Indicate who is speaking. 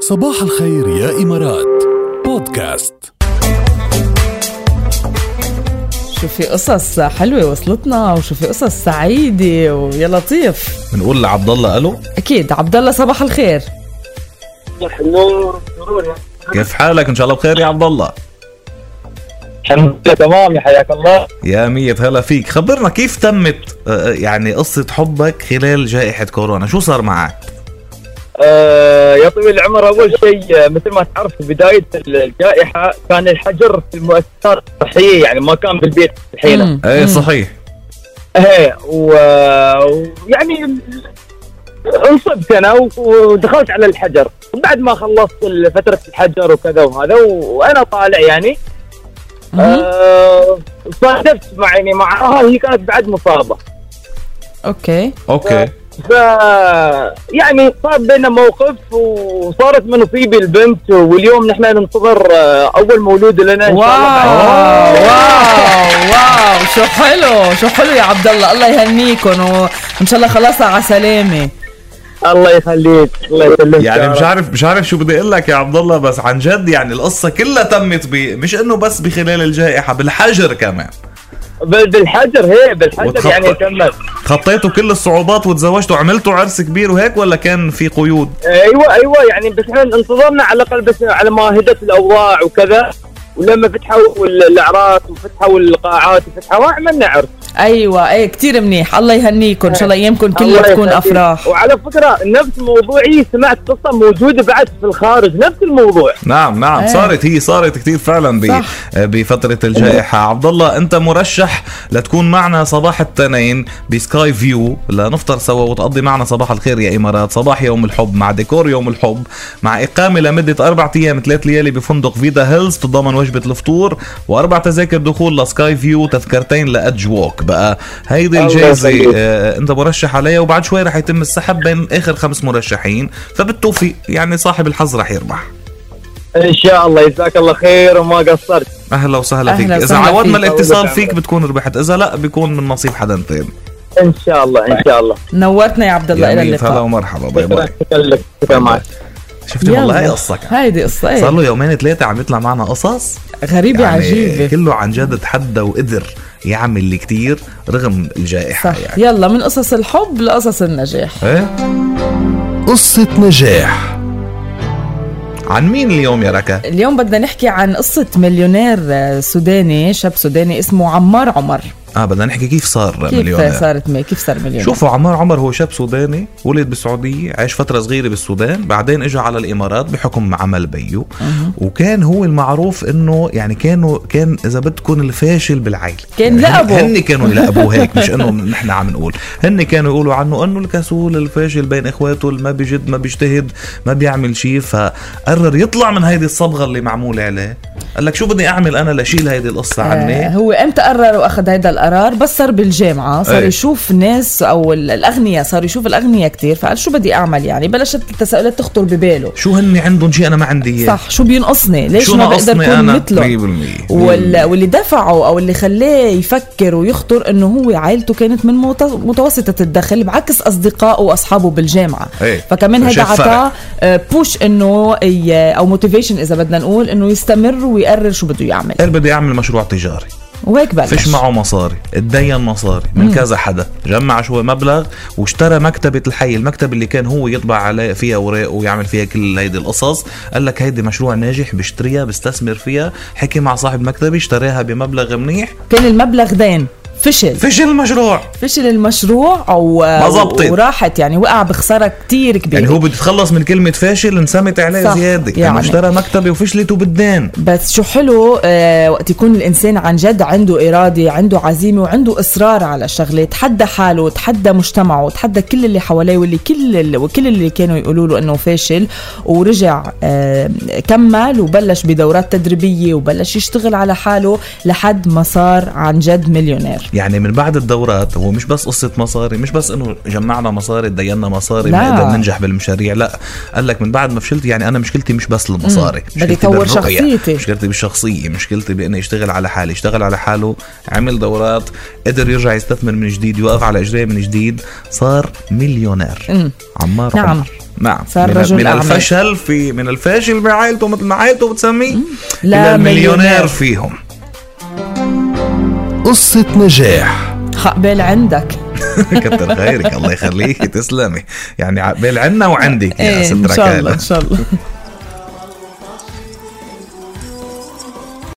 Speaker 1: صباح الخير يا إمارات بودكاست
Speaker 2: شوفي قصص حلوة وصلتنا وشوفي قصص سعيدة ويا لطيف
Speaker 3: بنقول لعبد الله الو
Speaker 2: أكيد عبد الله صباح الخير
Speaker 4: صباح النور سرور
Speaker 3: كيف حالك ان شاء الله بخير يا عبد الله
Speaker 4: الحمد لله تمام يا حياك الله
Speaker 3: يا مية هلا فيك خبرنا كيف تمت آه، يعني قصة حبك خلال جائحة كورونا شو صار معك
Speaker 4: آه يا طويل العمر اول شيء آه، مثل ما تعرف في بدايه الجائحه كان الحجر في المؤسسات الصحيه يعني ما كان بالبيت الحين
Speaker 2: مم.
Speaker 3: ايه
Speaker 2: مم.
Speaker 3: صحيح
Speaker 4: ايه و- ويعني انصبت انا و- ودخلت على الحجر وبعد ما خلصت فتره الحجر وكذا وهذا و- وانا طالع يعني
Speaker 2: مهم.
Speaker 4: آه صادفت مع يعني معها هي كانت بعد مصابه
Speaker 2: أوكي
Speaker 3: اوكي
Speaker 4: ف يعني صار بيننا موقف وصارت من نصيبي البنت واليوم نحن ننتظر آه، اول مولود لنا ان
Speaker 2: واو
Speaker 4: شاء الله
Speaker 2: واو واو شو حلو شو حلو يا عبد الله الله يهنيكم وإن شاء الله خلاص على سلامة
Speaker 4: الله يخليك الله يسلمك
Speaker 3: يعني مش عارف مش عارف شو بدي اقول لك يا عبد الله بس عن جد يعني القصة كلها تمت ب مش انه بس بخلال الجائحة بالحجر كمان
Speaker 4: بال- بالحجر هي بالحجر
Speaker 3: وتخطى.
Speaker 4: يعني تمت
Speaker 3: خطيتوا كل الصعوبات وتزوجتوا عملتوا عرس كبير وهيك ولا كان في قيود
Speaker 4: ايوه ايوه يعني بس احنا انتظرنا على الاقل بس على ما هدت الاوضاع وكذا ولما فتحوا ال- الاعراس وفتحوا القاعات وفتحوا عملنا عرس
Speaker 2: أيوة إيه كتير منيح الله يهنيكم إن شاء الله أيامكم
Speaker 4: الله
Speaker 2: كلها تكون
Speaker 4: يخليك.
Speaker 2: أفراح
Speaker 4: وعلى فكره نفس موضوعي سمعت قصه موجوده بعد في الخارج نفس الموضوع
Speaker 3: نعم نعم
Speaker 2: إيه.
Speaker 3: ايه. صارت هي صارت كثير فعلا ب...
Speaker 2: صح.
Speaker 3: بفترة الجائحة عبد الله انت مرشح لتكون معنا صباح التنين بسكاي فيو لنفطر سوا وتقضي معنا صباح الخير يا امارات صباح يوم الحب مع ديكور يوم الحب مع اقامة لمدة اربع ايام ثلاث ليالي بفندق فيدا هيلز تتضمن وجبة الفطور واربع تذاكر دخول لسكاي فيو تذكرتين لادج ووك بقى هيدي
Speaker 4: الله
Speaker 3: الجائزة
Speaker 4: يخليك.
Speaker 3: آه، انت مرشح عليها وبعد شوي رح يتم السحب بين اخر خمس مرشحين فبالتوفيق يعني صاحب الحظ رح يربح
Speaker 4: ان شاء الله جزاك الله خير وما قصرت
Speaker 3: اهلا وسهلا فيك
Speaker 2: أهلا
Speaker 3: اذا
Speaker 2: وسهلا
Speaker 3: عوضنا
Speaker 2: فيك.
Speaker 3: الاتصال فيك بتكون ربحت اذا لا بيكون من نصيب حدا ثاني
Speaker 4: ان شاء الله ان شاء الله
Speaker 2: نورتنا يا عبد الله إلى
Speaker 3: يعني هلا
Speaker 2: اللقاء
Speaker 3: ومرحبا باي
Speaker 4: شكرا
Speaker 3: باي
Speaker 4: شكرا لك شكرا معك
Speaker 3: شفتي
Speaker 2: يلا.
Speaker 3: والله هي قصه كان.
Speaker 2: هيدي قصة
Speaker 3: صار
Speaker 2: إيه
Speaker 3: له يومين ثلاثه عم يطلع معنا قصص يعني
Speaker 2: غريبة عجيبة
Speaker 3: كله عن جد تحدى وقدر يعمل اللي كتير رغم الجائحه
Speaker 2: صح
Speaker 3: يعني
Speaker 2: يلا من قصص الحب لقصص النجاح
Speaker 3: ايه
Speaker 1: قصة نجاح
Speaker 3: عن مين اليوم يا ركا؟
Speaker 2: اليوم بدنا نحكي عن قصة مليونير آه، سوداني شاب سوداني اسمه عمار عمر
Speaker 3: اه بدنا نحكي كيف صار مليونير
Speaker 2: كيف صارت مي كيف صار مليونير
Speaker 3: شوفوا عمار عمر هو شاب سوداني ولد بالسعودية عاش فترة صغيرة بالسودان بعدين اجى على الامارات بحكم عمل بيو وكان هو المعروف انه يعني كانوا كان اذا بدكم الفاشل بالعائلة
Speaker 2: كان
Speaker 3: يعني هن-
Speaker 2: لقبوا.
Speaker 3: هن كانوا يلقبوه هيك مش انه نحن عم نقول هن كانوا يقولوا عنه انه الكسول الفاشل بين اخواته اللي ما بيجد ما بيجتهد ما بيعمل شيء فقرر يطلع من هيدي الصبغة اللي معمولة عليه قال لك شو بدي اعمل انا لشيل هيدي القصة عني
Speaker 2: آه، هو امتى قرر واخذ هيدا القرار بس صار بالجامعه صار
Speaker 3: أي.
Speaker 2: يشوف ناس او ال- الاغنياء صار يشوف الاغنياء كتير فقال شو بدي اعمل يعني بلشت التساؤلات تخطر بباله
Speaker 3: شو هن عندهم شيء انا ما عندي اياه
Speaker 2: صح شو بينقصني ليش
Speaker 3: إيه. شو
Speaker 2: ما بقدر
Speaker 3: ناقصني
Speaker 2: اكون
Speaker 3: انا
Speaker 2: مثله
Speaker 3: 100%
Speaker 2: وال... واللي دفعه او اللي خلاه يفكر ويخطر انه هو عائلته كانت من مت- متوسطه الدخل بعكس اصدقائه واصحابه بالجامعه
Speaker 3: إيه.
Speaker 2: فكمان هيدا
Speaker 3: فشاف فرق.
Speaker 2: عطاه آه، بوش انه ي- او موتيفيشن اذا بدنا نقول انه يستمر ويقرر شو بده يعمل
Speaker 3: قال بدي اعمل مشروع تجاري
Speaker 2: وهيك بلش
Speaker 3: فيش معه مصاري اتدين مصاري من
Speaker 2: مم.
Speaker 3: كذا حدا جمع شوي مبلغ واشترى مكتبة الحي المكتبة اللي كان هو يطبع عليه فيها اوراق ويعمل فيها كل هيدي القصص قال لك هيدي مشروع ناجح بشتريها بستثمر فيها حكي مع صاحب مكتبة اشتراها بمبلغ منيح
Speaker 2: كان المبلغ دين فشل
Speaker 3: فشل المشروع
Speaker 2: فشل المشروع و...
Speaker 3: ما زبطت.
Speaker 2: وراحت يعني وقع بخساره كتير كبيره
Speaker 3: يعني هو بده يتخلص من كلمة فاشل انسمت عليه
Speaker 2: صح،
Speaker 3: زيادة يعني.
Speaker 2: يعني.
Speaker 3: لأنه اشترى مكتبة وفشلت وبدان
Speaker 2: بس شو حلو آه وقت يكون الانسان عن جد عنده اراده عنده عزيمه وعنده اصرار على الشغله تحدى حاله تحدى مجتمعه تحدى كل اللي حواليه واللي كل اللي وكل اللي كانوا يقولوا له انه فاشل ورجع آه كمل وبلش بدورات تدريبيه وبلش يشتغل على حاله لحد ما صار عن جد مليونير
Speaker 3: يعني من بعد الدورات هو مش بس قصة مصاري مش بس انه جمعنا مصاري تدينا مصاري
Speaker 2: لا.
Speaker 3: بنقدر ننجح بالمشاريع لا قال لك من بعد ما فشلت يعني انا مشكلتي مش بس المصاري
Speaker 2: بدي
Speaker 3: مشكلتي
Speaker 2: طور
Speaker 3: بالرؤية،
Speaker 2: شخصيتي.
Speaker 3: مشكلتي بالشخصية مشكلتي باني اشتغل على حالي اشتغل على حاله عمل دورات قدر يرجع يستثمر من جديد يوقف على اجريه من جديد صار مليونير
Speaker 2: مم.
Speaker 3: عمار
Speaker 2: نعم
Speaker 3: عمر. نعم
Speaker 2: صار
Speaker 3: من,
Speaker 2: رجل
Speaker 3: من
Speaker 2: أعمال.
Speaker 3: الفشل في من الفاشل بعائلته مثل ما عائلته بتسميه
Speaker 2: لا
Speaker 3: إلى المليونير
Speaker 2: مليونير.
Speaker 3: فيهم
Speaker 1: قصة نجاح
Speaker 2: قبل عندك
Speaker 3: كتر خيرك الله يخليك تسلمي يعني عقبال عنا وعندك
Speaker 2: إيه،
Speaker 3: يا ست
Speaker 2: ان شاء الله
Speaker 3: ركالة
Speaker 2: ان شاء الله